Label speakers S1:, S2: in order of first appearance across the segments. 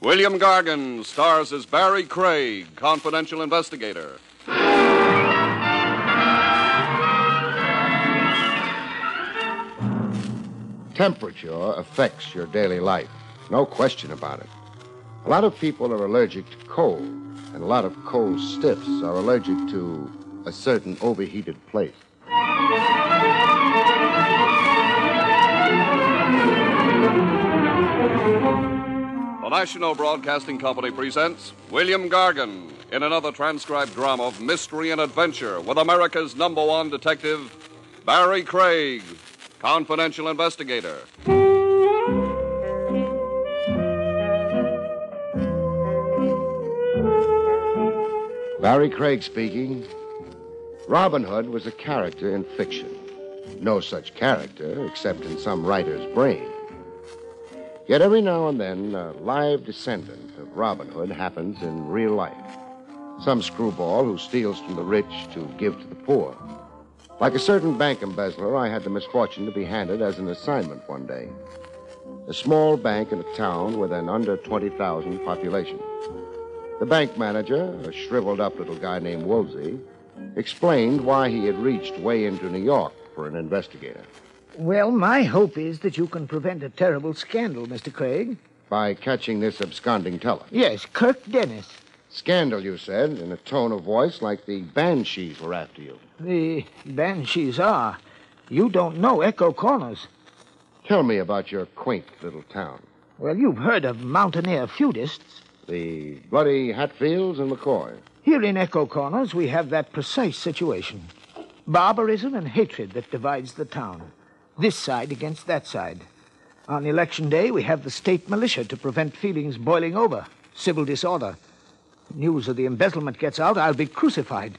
S1: William Gargan stars as Barry Craig, confidential investigator.
S2: Temperature affects your daily life. No question about it. A lot of people are allergic to cold, and a lot of cold stiffs are allergic to a certain overheated place.
S1: The National Broadcasting Company presents William Gargan in another transcribed drama of mystery and adventure with America's number one detective, Barry Craig, confidential investigator.
S2: Barry Craig speaking. Robin Hood was a character in fiction. No such character except in some writer's brain. Yet every now and then, a live descendant of Robin Hood happens in real life. Some screwball who steals from the rich to give to the poor. Like a certain bank embezzler, I had the misfortune to be handed as an assignment one day. A small bank in a town with an under 20,000 population. The bank manager, a shriveled up little guy named Woolsey, explained why he had reached way into New York for an investigator
S3: Well, my hope is that you can prevent a terrible scandal, Mr. Craig.
S2: by catching this absconding teller.
S3: Yes, Kirk Dennis.
S2: Scandal, you said, in a tone of voice like the banshees were after you.
S3: The Banshees are. You don't know Echo Corners.
S2: Tell me about your quaint little town.
S3: Well, you've heard of mountaineer feudists.
S2: The bloody Hatfields and McCoy.
S3: Here in Echo Corners, we have that precise situation barbarism and hatred that divides the town, this side against that side. On election day, we have the state militia to prevent feelings boiling over, civil disorder. News of the embezzlement gets out, I'll be crucified.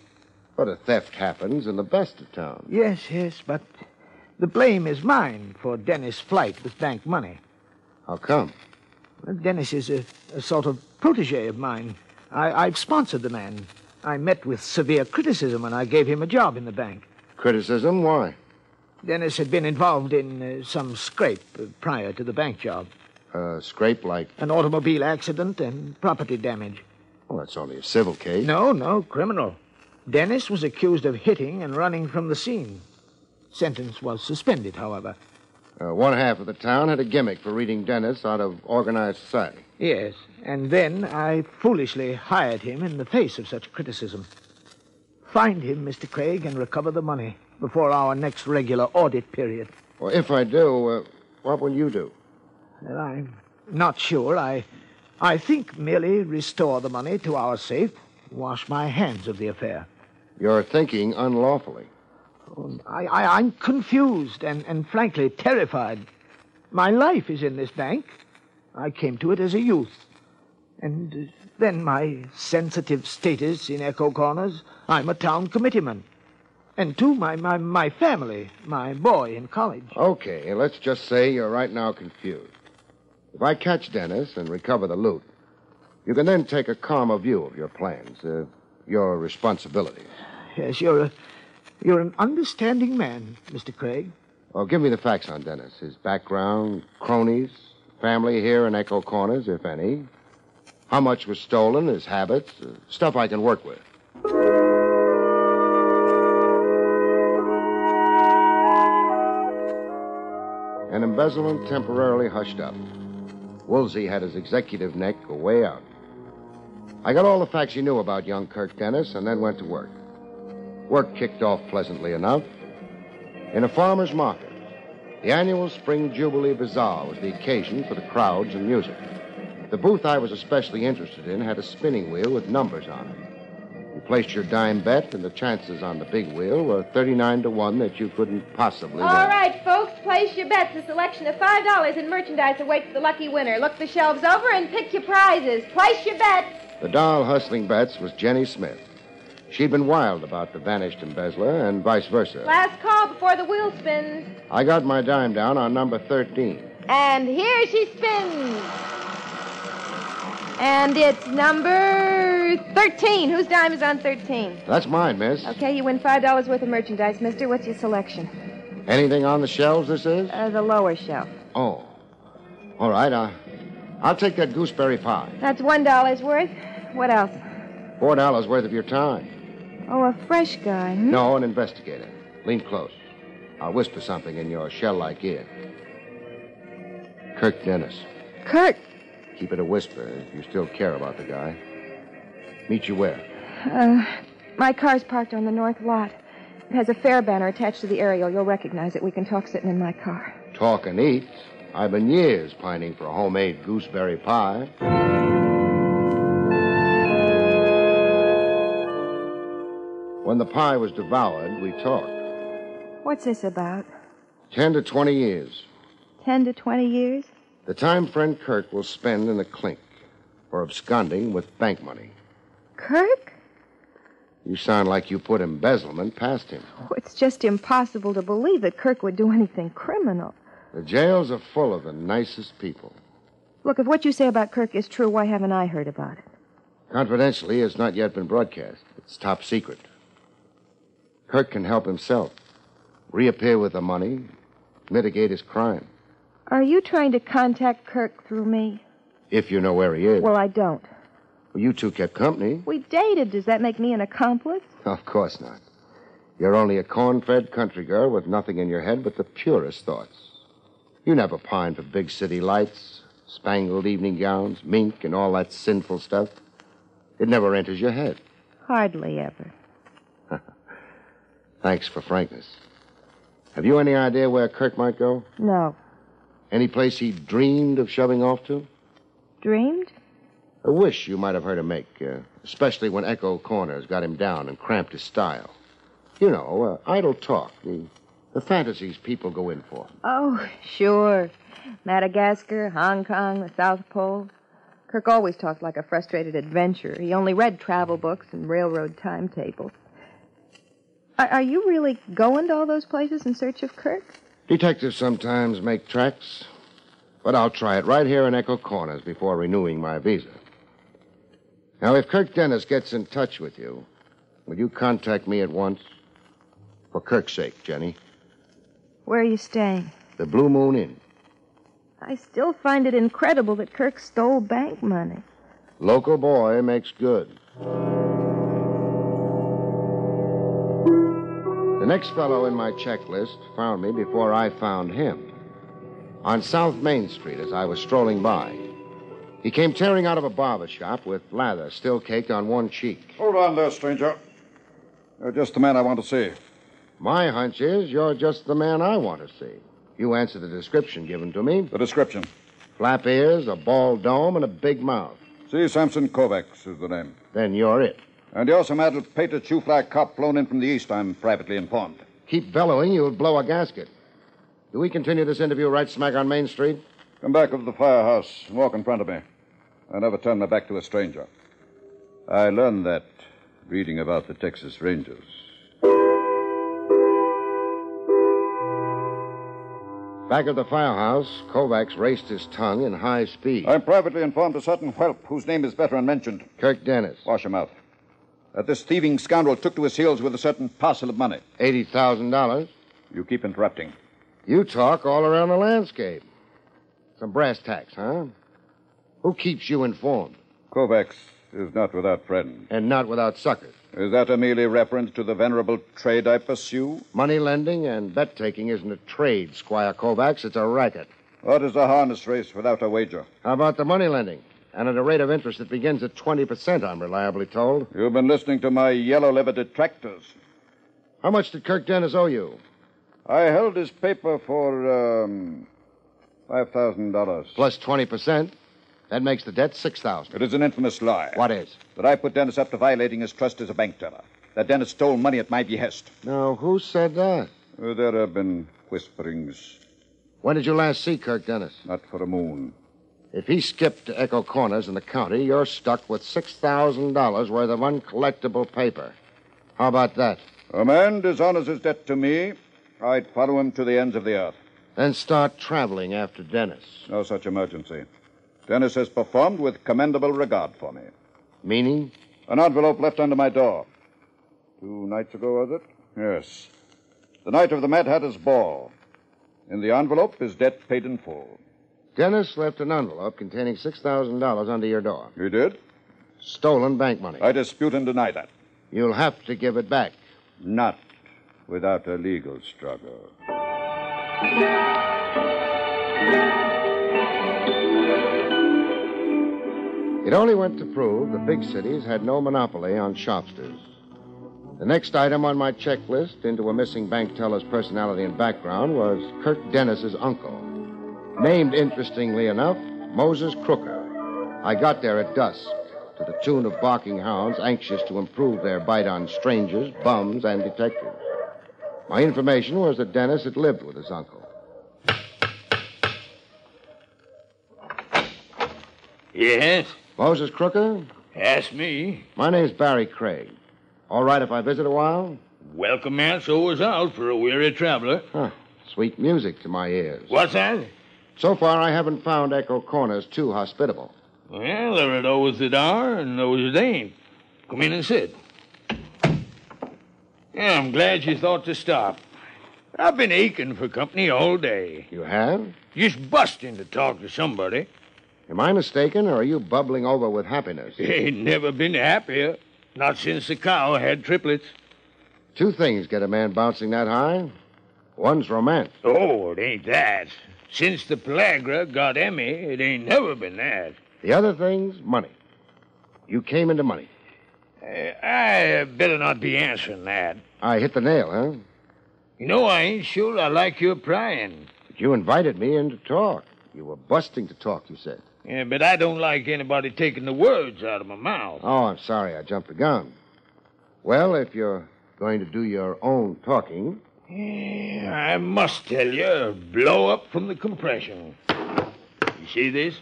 S2: But a theft happens in the best of towns.
S3: Yes, yes, but the blame is mine for Dennis' flight with bank money.
S2: How come?
S3: Well, Dennis is a, a sort of protege of mine. I, I've sponsored the man. I met with severe criticism when I gave him a job in the bank.
S2: Criticism? Why?
S3: Dennis had been involved in uh, some scrape uh, prior to the bank job
S2: A scrape like,
S3: an automobile accident and property damage.
S2: well, that's only a civil case.
S3: No, no, criminal. Dennis was accused of hitting and running from the scene. Sentence was suspended, however.
S2: Uh, one half of the town had a gimmick for reading Dennis out of organized society.
S3: Yes, and then I foolishly hired him in the face of such criticism. Find him, Mr. Craig, and recover the money before our next regular audit period.
S2: Well, if I do, uh, what will you do?
S3: And I'm not sure. I, I think merely restore the money to our safe, wash my hands of the affair.
S2: You're thinking unlawfully.
S3: I, I, I'm confused and, and frankly terrified. My life is in this bank. I came to it as a youth. And uh, then my sensitive status in Echo Corners, I'm a town committeeman. And too, my, my, my family, my boy in college.
S2: Okay, let's just say you're right now confused. If I catch Dennis and recover the loot, you can then take a calmer view of your plans, uh, your responsibilities.
S3: Yes, you're a, you're an understanding man, Mr. Craig.
S2: Well, give me the facts on Dennis his background, cronies, family here in Echo Corners, if any, how much was stolen, his habits, uh, stuff I can work with. An embezzlement temporarily hushed up. Woolsey had his executive neck away out. I got all the facts he knew about young Kirk Dennis and then went to work. Work kicked off pleasantly enough. In a farmer's market, the annual Spring Jubilee Bazaar was the occasion for the crowds and music. The booth I was especially interested in had a spinning wheel with numbers on it. You placed your dime bet, and the chances on the big wheel were 39 to 1 that you couldn't possibly
S4: All
S2: win.
S4: right, folks, place your bets. A selection of $5 in merchandise awaits the lucky winner. Look the shelves over and pick your prizes. Place your bets.
S2: The doll hustling bets was Jenny Smith. She'd been wild about the vanished embezzler and vice versa.
S4: Last call before the wheel spins.
S2: I got my dime down on number 13.
S4: And here she spins. And it's number 13. Whose dime is on 13?
S2: That's mine, miss.
S4: Okay, you win $5 worth of merchandise, mister. What's your selection?
S2: Anything on the shelves this is?
S4: Uh, the lower shelf.
S2: Oh. All right, I, I'll take that gooseberry pie.
S4: That's one dollar's worth. What else?
S2: Four dollars worth of your time.
S4: Oh, a fresh guy. Hmm?
S2: No, an investigator. Lean close. I'll whisper something in your shell like ear. Kirk Dennis.
S4: Kirk.
S2: Keep it a whisper if you still care about the guy. Meet you where?
S4: Uh, my car's parked on the north lot. It has a fare banner attached to the aerial. You'll recognize it. We can talk sitting in my car.
S2: Talk and eat. I've been years pining for a homemade gooseberry pie. When the pie was devoured, we talked.
S4: What's this about?
S2: Ten to twenty years.
S4: Ten to twenty years?
S2: The time friend Kirk will spend in the clink for absconding with bank money.
S4: Kirk?
S2: You sound like you put embezzlement past him.
S4: Oh, it's just impossible to believe that Kirk would do anything criminal.
S2: The jails are full of the nicest people.
S4: Look, if what you say about Kirk is true, why haven't I heard about it?
S2: Confidentially, it's not yet been broadcast. It's top secret. Kirk can help himself, reappear with the money, mitigate his crime,
S4: Are you trying to contact Kirk through me?
S2: if you know where he is.
S4: Well, I don't.
S2: Well, you two kept company.
S4: We dated. Does that make me an accomplice?
S2: Of course not. You're only a corn fed country girl with nothing in your head but the purest thoughts. You never pined for big city lights, spangled evening gowns, mink, and all that sinful stuff. It never enters your head.
S4: Hardly ever.
S2: Thanks for frankness. Have you any idea where Kirk might go?
S4: No.
S2: Any place he dreamed of shoving off to?
S4: Dreamed?
S2: A wish you might have heard him make, uh, especially when Echo Corners got him down and cramped his style. You know, uh, idle talk, the, the fantasies people go in for.
S4: Oh, sure. Madagascar, Hong Kong, the South Pole. Kirk always talked like a frustrated adventurer. He only read travel books and railroad timetables. Are, are you really going to all those places in search of Kirk?
S2: Detectives sometimes make tracks, but I'll try it right here in Echo Corners before renewing my visa. Now, if Kirk Dennis gets in touch with you, will you contact me at once? For Kirk's sake, Jenny.
S4: Where are you staying?
S2: The Blue Moon Inn.
S4: I still find it incredible that Kirk stole bank money.
S2: Local boy makes good. The next fellow in my checklist found me before I found him. On South Main Street as I was strolling by. He came tearing out of a barber shop with lather still caked on one cheek.
S5: Hold on there, stranger. You're just the man I want to see.
S2: My hunch is you're just the man I want to see. You answer the description given to me
S5: The description.
S2: flap ears, a bald dome, and a big mouth.
S5: C. Sampson Kovacs is the name.
S2: Then you're it.
S5: And you're some addled pated shoe-fly cop blown in from the east, I'm privately informed.
S2: Keep bellowing, you'll blow a gasket. Do we continue this interview right smack on Main Street?
S5: Come back of the firehouse and walk in front of me. I never turn my back to a stranger. I learned that reading about the Texas Rangers.
S2: Back at the firehouse, Kovacs raced his tongue in high speed.
S5: I'm privately informed a certain whelp whose name is better unmentioned.
S2: Kirk Dennis,
S5: Wash him out. That this thieving scoundrel took to his heels with a certain parcel of money.
S2: $80,000.
S5: You keep interrupting.
S2: You talk all around the landscape. Some brass tacks, huh? Who keeps you informed?
S5: Kovacs is not without friends.
S2: And not without suckers.
S5: Is that a merely reference to the venerable trade I pursue?
S2: Money lending and bet taking isn't a trade, Squire Kovacs. It's a racket.
S5: What is a harness race without a wager?
S2: How about the money lending? And at a rate of interest that begins at 20%, I'm reliably told.
S5: You've been listening to my yellow livered detractors.
S2: How much did Kirk Dennis owe you?
S5: I held his paper for um, $5,000.
S2: Plus 20%. That makes the debt 6000
S5: It is an infamous lie.
S2: What is?
S5: That I put Dennis up to violating his trust as a bank teller. That Dennis stole money at my behest.
S2: Now, who said that?
S5: Uh, There have been whisperings,
S2: When did you last see Kirk Dennis?
S5: not for a moon.
S2: If he skipped to Echo Corners in the county, you're stuck with $6,000 worth of uncollectible paper. How about that?
S5: A man dishonors his debt to me, I'd follow him to the ends of the earth.
S2: Then start traveling after Dennis.
S5: No such emergency. Dennis has performed with commendable regard for me.
S2: Meaning?
S5: An envelope left under my door. Two nights ago, was it? Yes. The night of the Mad Hatter's ball. In the envelope is debt paid in full.
S2: Dennis left an envelope containing $6,000 under your door.
S5: You did?
S2: Stolen bank money.
S5: I dispute and deny that.
S2: You'll have to give it back.
S5: Not without a legal struggle.
S2: It only went to prove the big cities had no monopoly on shopsters. The next item on my checklist into a missing bank teller's personality and background was Kirk Dennis's uncle. Named interestingly enough, Moses Crooker. I got there at dusk to the tune of barking hounds anxious to improve their bite on strangers, bums, and detectives. My information was that Dennis had lived with his uncle.
S6: Yes,
S2: Moses Crooker,
S6: that's me.
S2: my name's Barry Craig. All right if I visit a while?
S6: Welcome and so was out for a weary traveler.
S2: Huh. Sweet music to my ears.
S6: What's that?
S2: So far, I haven't found Echo Corners too hospitable.
S6: Well, there are those that are and those that ain't. Come in and sit. Yeah, I'm glad you thought to stop. I've been aching for company all day.
S2: You have?
S6: Just busting to talk to somebody.
S2: Am I mistaken, or are you bubbling over with happiness?
S6: Ain't never been happier. Not since the cow had triplets.
S2: Two things get a man bouncing that high. One's romance.
S6: Oh, it ain't that. Since the Pellagra got Emmy, it ain't never been that.
S2: The other thing's money. You came into money.
S6: Uh, I better not be answering that.
S2: I hit the nail, huh?
S6: You know, I ain't sure I like your prying.
S2: But you invited me in to talk. You were busting to talk, you said.
S6: Yeah, but I don't like anybody taking the words out of my mouth.
S2: Oh, I'm sorry I jumped the gun. Well, if you're going to do your own talking,
S6: Yeah, I must tell you, blow up from the compression. You see this?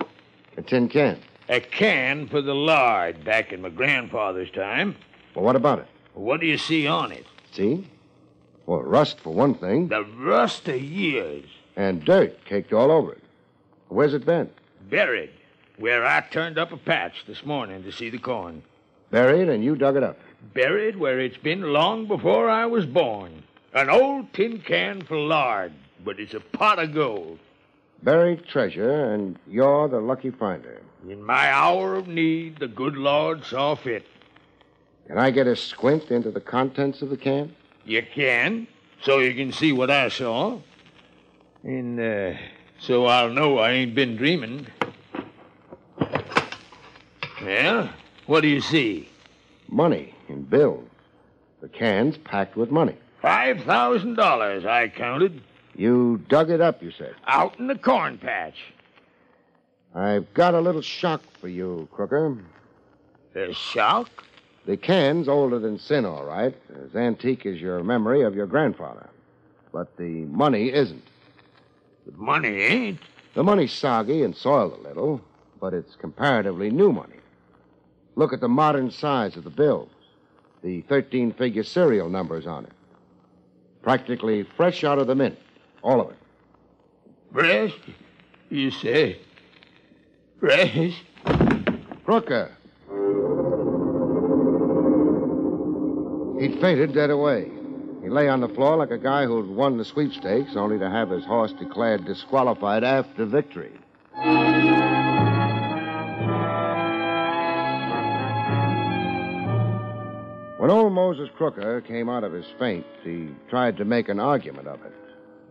S2: a tin can.
S6: A can for the lard back in my grandfather's time.
S2: Well, what about it?
S6: What do you see on it?
S2: See? Well, rust for one thing,
S6: The rust of years.
S2: and dirt caked all over it. Where's it been?
S6: Buried. Where I turned up a patch this morning to see the corn.
S2: Buried, and you dug it up.
S6: Buried where it's been long before I was born. An old tin can for lard, but it's a pot of gold.
S2: Buried treasure, and you're the lucky finder.
S6: In my hour of need, the good Lord saw fit.
S2: Can I get a squint into the contents of the can?
S6: You can, so you can see what I saw. And uh, so I'll know I ain't been dreaming. Well, what do you see?
S2: Money in bills. The can's packed with money.
S6: Five thousand dollars, I counted,
S2: You dug it up, you said.
S6: out in the corn patch.
S2: I've got a little shock for you, Crooker.
S6: The shock?
S2: The can's older than sin, all right. As antique as your memory of your grandfather. But the money isn't.
S6: The money ain't.
S2: The money's soggy and soiled a little, but it's comparatively new money. Look at the modern size of the bills, the 13 figure serial numbers on it. Practically fresh out of the mint, all of it.
S6: Fresh? You say? Fresh?
S2: Crooker! He'd fainted dead away. He lay on the floor like a guy who'd won the sweepstakes, only to have his horse declared disqualified after victory. When old Moses Crooker came out of his faint, he tried to make an argument of it.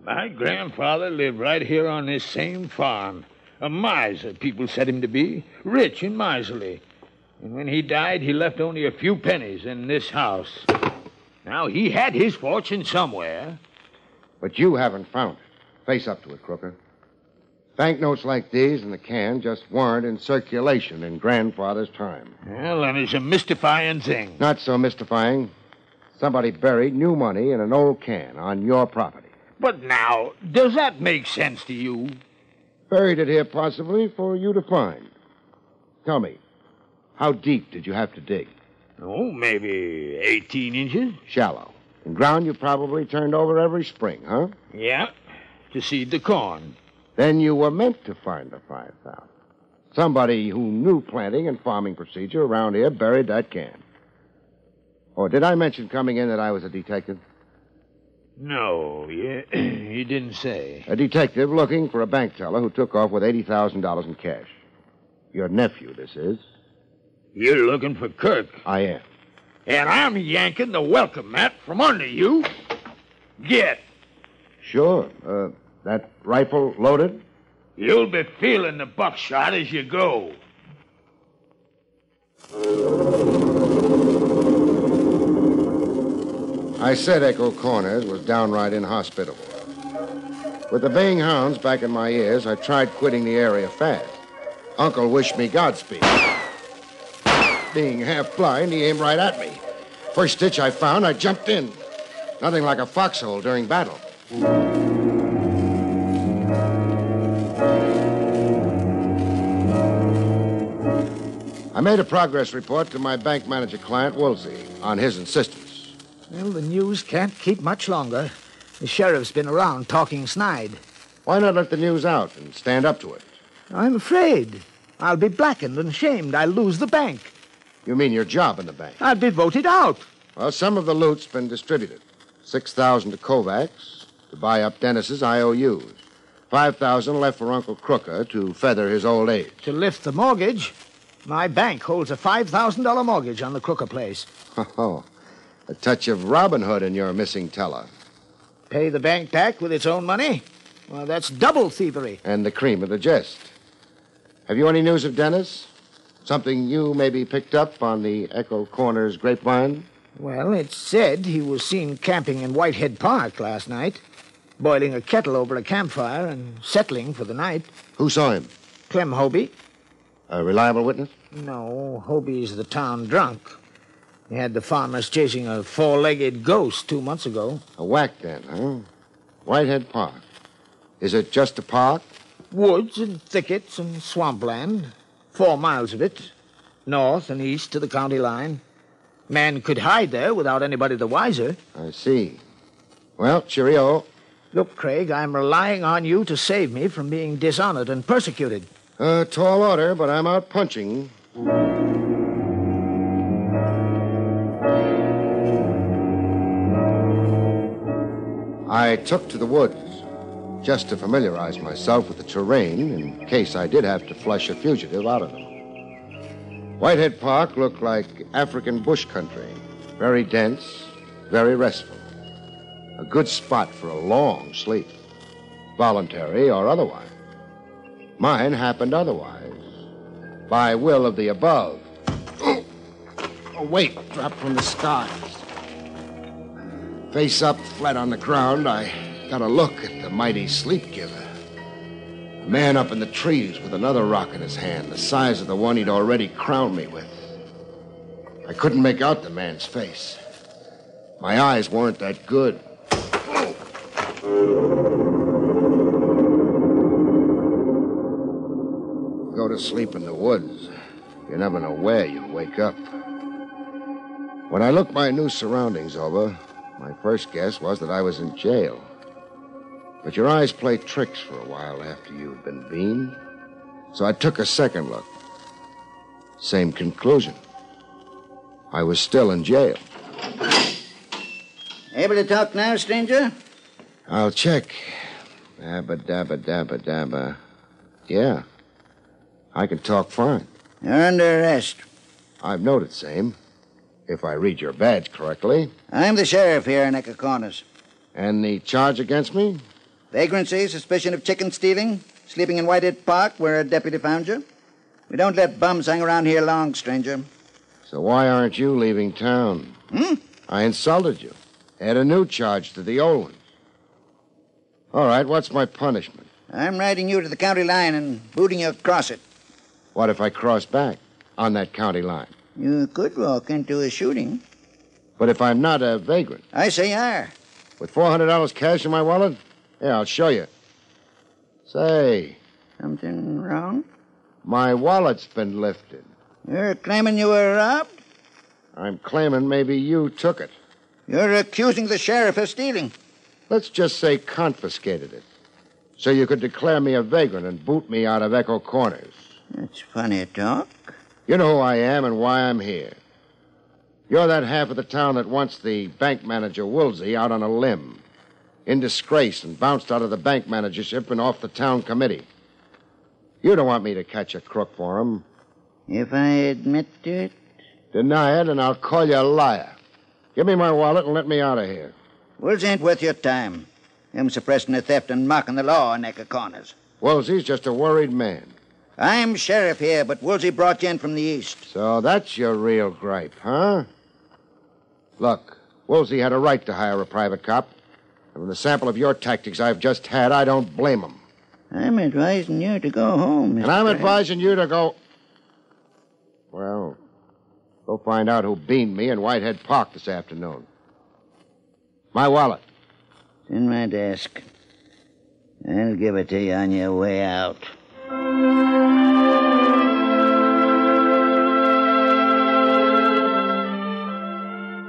S6: My grandfather lived right here on this same farm. A miser, people said him to be, rich and miserly. And when he died, he left only a few pennies in this house. Now, he had his fortune somewhere.
S2: But you haven't found it. Face up to it, Crooker. Banknotes like these in the can just weren't in circulation in Grandfather's time.
S6: Well, and it's a mystifying thing.
S2: Not so mystifying. Somebody buried new money in an old can on your property.
S6: But now, does that make sense to you?
S2: Buried it here, possibly, for you to find. Tell me, how deep did you have to dig?
S6: Oh, maybe 18 inches?
S2: Shallow. And ground you probably turned over every spring, huh?
S6: Yeah, to seed the corn.
S2: Then you were meant to find the 5,000. Somebody who knew planting and farming procedure around here buried that can. Oh, did I mention coming in that I was a detective?
S6: No, he, he didn't say.
S2: A detective looking for a bank teller who took off with $80,000 in cash. Your nephew, this is.
S6: You're looking for Kirk,
S2: I am.
S6: and I'm yanking the welcome mat from under you. Get.
S2: Sure. Uh, that rifle loaded?
S6: You'll be feeling the buckshot as you go.
S2: I said Echo Corners was downright inhospitable. With the baying hounds back in my ears, I tried quitting the area fast. Uncle wished me Godspeed. Being half blind, he aimed right at me. First ditch I found, I jumped in. Nothing like a foxhole during battle. I made a progress report to my bank manager client, Woolsey, on his insistence.
S3: Well, the news can't keep much longer. The sheriff's been around talking snide.
S2: Why not let the news out and stand up to it?
S3: I'm afraid. I'll be blackened and shamed. I'll lose the bank.
S2: You mean your job in the bank?
S3: I'll be voted out.
S2: Well, some of the loot's been distributed. Six thousand to Kovacs to buy up Dennis's IOUs. Five thousand left for Uncle Crooker to feather his old age.
S3: To lift the mortgage, my bank holds a $5,000 mortgage on the Crooker place.
S2: Oh, a touch of Robin Hood in your missing teller,
S3: Pay the bank back with its own money? Well, that's double thievery.
S2: and the cream of the jest. Have you any news of Dennis? Something you maybe picked up on the Echo Corners grapevine?
S3: Well, it's said he was seen camping in Whitehead Park last night, boiling a kettle over a campfire and settling for the night.
S2: Who saw him?
S3: Clem Hobie?
S2: A reliable witness?
S3: No, Hobie's the town drunk. He had the farmers chasing a four legged ghost two months ago.
S2: A whack then, huh? Whitehead Park. Is it just a park?
S3: Woods and thickets and swampland, four miles of it, north and east to the county line. Man could hide there without anybody the wiser.
S2: I see. Well, cheerio.
S3: Look, Craig, I'm relying on you to save me from being dishonored and persecuted.
S2: Uh, tall order, but I'm out punching. I took to the woods just to familiarize myself with the terrain in case I did have to flush a fugitive out of them. Whitehead Park looked like African bush country, very dense, very restful. A good spot for a long sleep, voluntary or otherwise. Mine happened otherwise. By will of the above. A weight dropped Oh, from the skies. Face up, flat on the ground, I got a look at the mighty sleep giver. A man up in the trees with another rock in his hand, the size of the one he'd already crowned me with. I couldn't make out the man's face. My eyes weren't that good. Go to sleep in the woods. You never know where you'll wake up. When I looked my new surroundings over, my first guess was that I was in jail. But your eyes play tricks for a while after you've been beamed. So I took a second look. Same conclusion. I was still in jail.
S7: Able to talk now, stranger?
S2: I'll check. Dabba dabba dabba dabba. Yeah. I can talk fine.
S7: You're under arrest.
S2: I've noted same. If I read your badge correctly.
S7: I'm the sheriff here in Echo Corners.
S2: And the charge against me?
S7: Vagrancy, suspicion of chicken stealing, sleeping in Whitehead Park where a deputy found you. We don't let bums hang around here long, stranger.
S2: So why aren't you leaving town?
S7: Hmm?
S2: I insulted you. Add a new charge to the old one. All right, what's my punishment?
S7: I'm riding you to the county line and booting you across it.
S2: What if I cross back on that county line?
S7: You could walk into a shooting.
S2: But if I'm not a vagrant,
S7: I say "Ah, you are.
S2: with $400 cash in my wallet? Yeah, I'll show you. Say,
S7: Something wrong?
S2: my wallet's been lifted.
S7: You're claiming you were robbed?
S2: I'm claiming maybe you took it.
S7: You're accusing the sheriff of stealing.
S2: Let's just say confiscated it. So you could declare me a vagrant and boot me out of Echo Corners.
S7: That's funny talk.
S2: You know who I am and why I'm here. You're that half of the town that wants the bank manager Woolsey out on a limb. in disgrace and bounced out of the bank managership and off the town committee. You don't want me to catch a crook for him.
S7: If I admit to it,
S2: Deny it, and I'll call you a liar. Give me my wallet and let me out of here.
S7: Wolves ain't worth your time. Them suppressing the theft and mocking the law in Echo Corners.
S2: Wolsey's just a worried man.
S7: I'm sheriff here, but Woolsey brought you in from the east.
S2: So that's your real gripe, huh? Look, Woolsey had a right to hire a private cop. And from the sample of your tactics I've just had, I don't blame him.
S7: I'm advising you to go home.
S2: And
S7: Mr.
S2: I'm
S7: Graham.
S2: advising you to go. Well, go find out who beamed me in Whitehead Park this afternoon. My wallet.
S7: It's in my desk. I'll give it to you on your way out.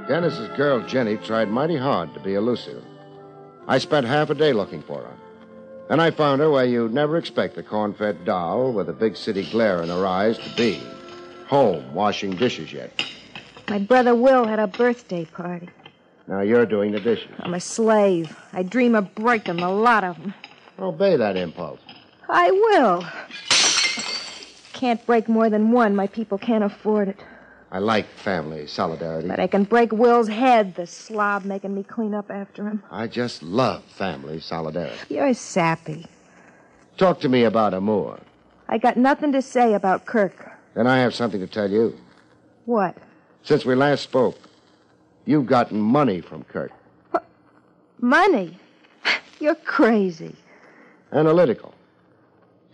S2: Dennis's girl, Jenny, tried mighty hard to be elusive. I spent half a day looking for her. Then I found her where you'd never expect a corn fed doll with a big city glare in her eyes to be home, washing dishes yet.
S4: My brother Will had a birthday party.
S2: Now you're doing the dishes.
S4: I'm a slave. I dream of breaking a lot of them.
S2: Obey that impulse.
S4: I will. Can't break more than one. My people can't afford it.
S2: I like family solidarity.
S4: But I can break Will's head, the slob making me clean up after him.
S2: I just love family solidarity.
S4: You're sappy.
S2: Talk to me about Amour.
S4: I got nothing to say about Kirk.
S2: Then I have something to tell you.
S4: What?
S2: Since we last spoke, you've gotten money from Kirk.
S4: Money? You're crazy.
S2: Analytical.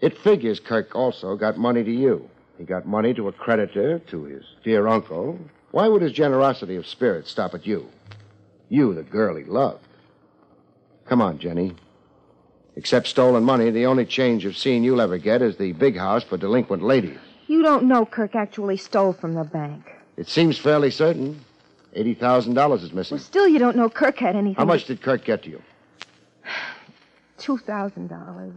S2: It figures Kirk also got money to you. He got money to a creditor, to his dear uncle. Why would his generosity of spirit stop at you? You, the girl he loved. Come on, Jenny. Except stolen money, the only change you've seen you'll ever get is the big house for delinquent ladies.
S4: You don't know Kirk actually stole from the bank.
S2: It seems fairly certain. $80,000 is missing.
S4: Well, still, you don't know Kirk had anything.
S2: How much did Kirk get to you?
S4: Two thousand dollars.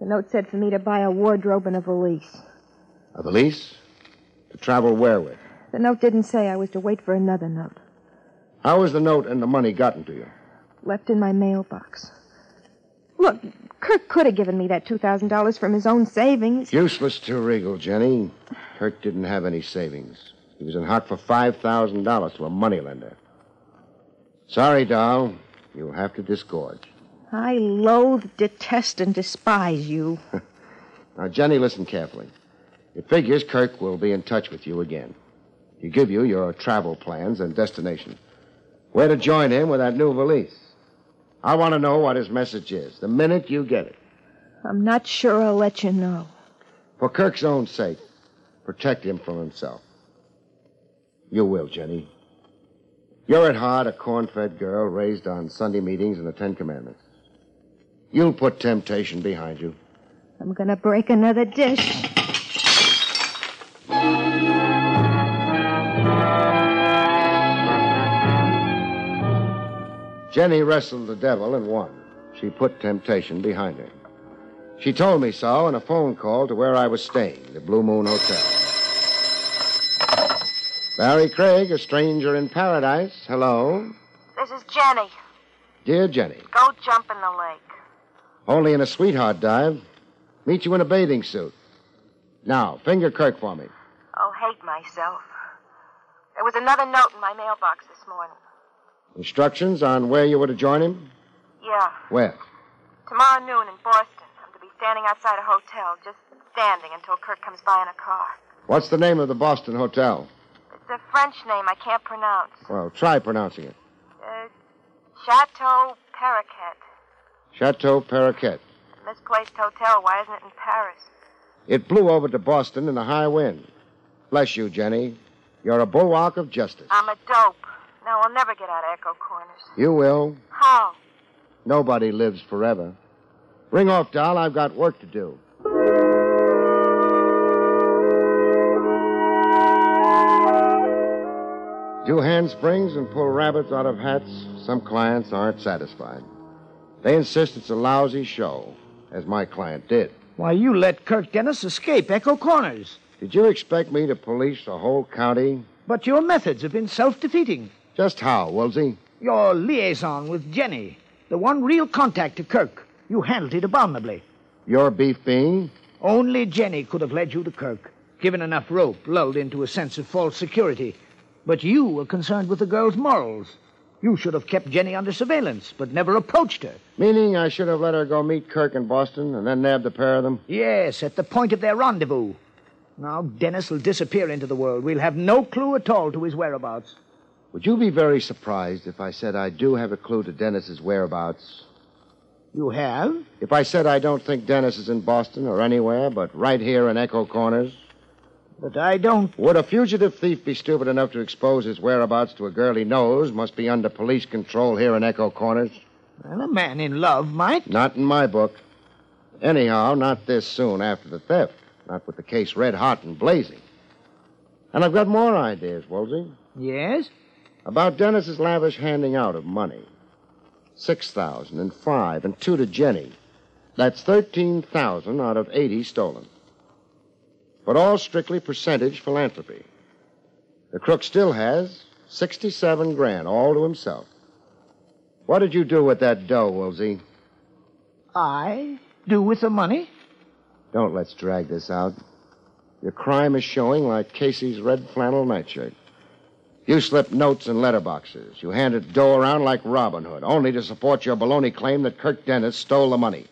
S4: The note said for me to buy a wardrobe and a valise.
S2: A valise? To travel where with?
S4: The note didn't say I was to wait for another note.
S2: How was the note and the money gotten to you?
S4: Left in my mailbox. Look, Kirk could have given me that two thousand dollars from his own savings.
S2: Useless to wriggle, Jenny. Kirk didn't have any savings. He was in hock for $5,000 to a moneylender. Sorry, doll. You'll have to disgorge.
S4: I loathe, detest, and despise you.
S2: Now, Jenny, listen carefully. It figures Kirk will be in touch with you again. He give you your travel plans and destination. Where to join him with that new valise. I want to know what his message is the minute you get it.
S4: I'm not sure I'll let you know.
S2: For Kirk's own sake, protect him from himself. You will, Jenny. You're at heart a corn fed girl raised on Sunday meetings and the Ten Commandments. You'll put temptation behind you.
S4: I'm gonna break another dish.
S2: Jenny wrestled the devil and won. She put temptation behind her. She told me so in a phone call to where I was staying, the Blue Moon Hotel. Barry Craig, a stranger in paradise. Hello.
S8: This is Jenny.
S2: Dear Jenny,
S8: Go jump in the lake.
S2: only in a sweetheart dive. Meet you in a bathing suit. Now, finger Kirk for me.
S8: Oh, hate myself. There was another note in my mailbox this morning.
S2: Instructions on where you were to join him?
S8: Yeah.
S2: Where?
S8: Tomorrow noon in Boston. I'm to be standing outside a hotel, just standing until Kirk comes by in a car.
S2: What's the name of the Boston hotel?
S8: It's a French name I can't pronounce.
S2: Well, try pronouncing it.
S8: Uh, Chateau Paraquet.
S2: Chateau Paraquet.
S8: Misplaced hotel. Why isn't it in Paris?
S2: It blew over to Boston in a high wind. Bless you, Jenny. You're a bulwark of justice.
S8: I'm a dope. No, I'll never get out of Echo Corners.
S2: You will.
S8: How?
S2: Nobody lives forever. Ring off, doll. I've got work to do. Do handsprings and pull rabbits out of hats. Some clients aren't satisfied. They insist it's a lousy show, as my client did.
S3: Why, you let Kirk Dennis escape Echo Corners.
S2: Did you expect me to police the whole county?
S3: But your methods have been self defeating.
S2: Just how, Woolsey?
S3: Your liaison with Jenny.
S6: The one real contact to Kirk. You handled it abominably.
S2: Your beef being?
S6: Only Jenny could have led you to Kirk, given enough rope, lulled into a sense of false security. But you were concerned with the girl's morals. You should have kept Jenny under surveillance, but never approached her.
S2: Meaning I should have let her go meet Kirk in Boston and then nab the pair of them?
S6: Yes, at the point of their rendezvous. Now Dennis will disappear into the world. We'll have no clue at all to his whereabouts.
S2: Would you be very surprised if I said I do have a clue to Dennis's whereabouts?
S6: You have?
S2: If I said I don't think Dennis is in Boston or anywhere but right here in Echo Corners?
S6: But I don't.
S2: Would a fugitive thief be stupid enough to expose his whereabouts to a girl he knows must be under police control here in Echo Corners?
S6: Well, a man in love might.
S2: Not in my book. Anyhow, not this soon after the theft. Not with the case red hot and blazing. And I've got more ideas, Wolsey.
S6: Yes?
S2: About Dennis's lavish handing out of money. Six thousand and five and two to Jenny. That's thirteen thousand out of eighty stolen. But all strictly percentage philanthropy. The crook still has sixty-seven grand all to himself. What did you do with that dough, Wolsey?
S6: I do with the money?
S2: Don't let's drag this out. Your crime is showing like Casey's red flannel nightshirt. You slipped notes and letterboxes. You handed dough around like Robin Hood, only to support your baloney claim that Kirk Dennis stole the money.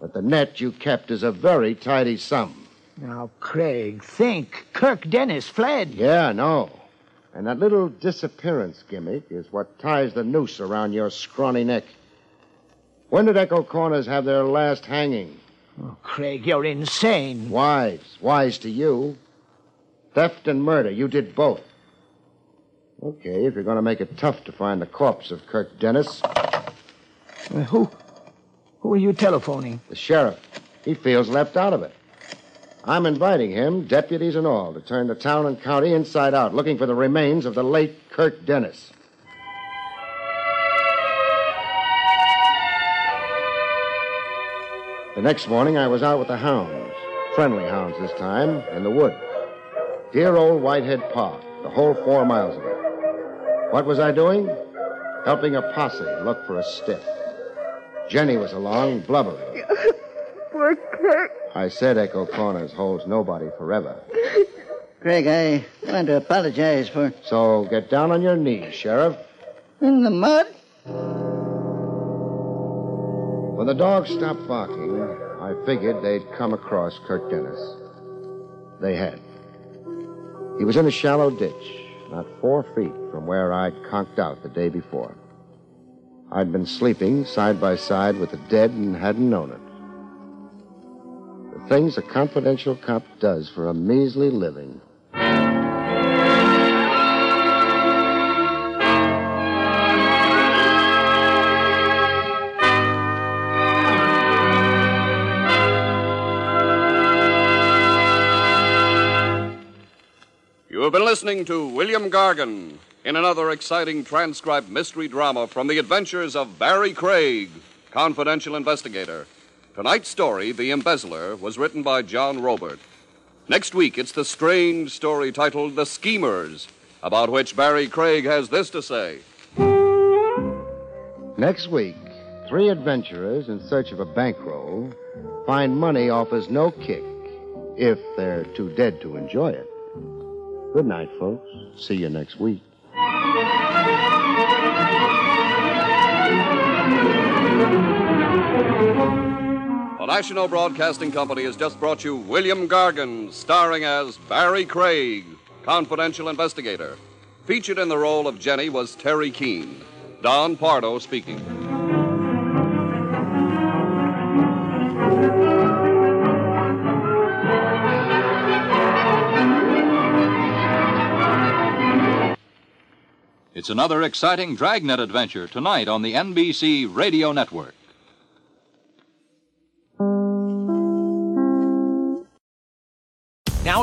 S2: But the net you kept is a very tidy sum.
S6: Now, Craig, think. Kirk Dennis fled.
S2: Yeah, no. And that little disappearance gimmick is what ties the noose around your scrawny neck. When did Echo Corners have their last hanging?
S6: Oh, Craig, you're insane.
S2: Wise. Wise to you. Theft and murder. You did both. Okay, if you're going to make it tough to find the corpse of Kirk Dennis,
S6: Uh, who? Who are you telephoning?
S2: the sheriff, he feels left out of it. I'm inviting him, deputies and all, to turn the town and county inside out, looking for the remains of the late Kirk Dennis. The next morning, I was out with the hounds, friendly hounds this time, in the woods. Dear old Whitehead Park, the whole four miles of it. What was I doing? Helping a posse look for a stiff. Jenny was along, blubbering.
S9: Poor Kirk.
S2: I said Echo Corners holds nobody forever.
S3: Craig, I want to apologize for.
S2: So get down on your knees, Sheriff.
S3: In the mud?
S2: When the dogs stopped barking, I figured they'd come across Kirk Dennis. They had. He was in a shallow ditch, not four feet from where I'd conked out the day before. I'd been sleeping side by side with the dead and hadn't known it. The things a confidential cop does for a measly living.
S5: You have been listening to William Gargan in another exciting transcribed mystery drama from the adventures of Barry Craig, confidential investigator. Tonight's story, The Embezzler, was written by John Robert. Next week, it's the strange story titled The Schemers, about which Barry Craig has this to say.
S2: Next week, three adventurers in search of a bankroll find money offers no kick if they're too dead to enjoy it. Good night, folks. See you next week.
S5: The National Broadcasting Company has just brought you William Gargan, starring as Barry Craig, confidential investigator. Featured in the role of Jenny was Terry Keene. Don Pardo speaking.
S10: It's another exciting Dragnet adventure tonight on the NBC Radio Network.
S11: Now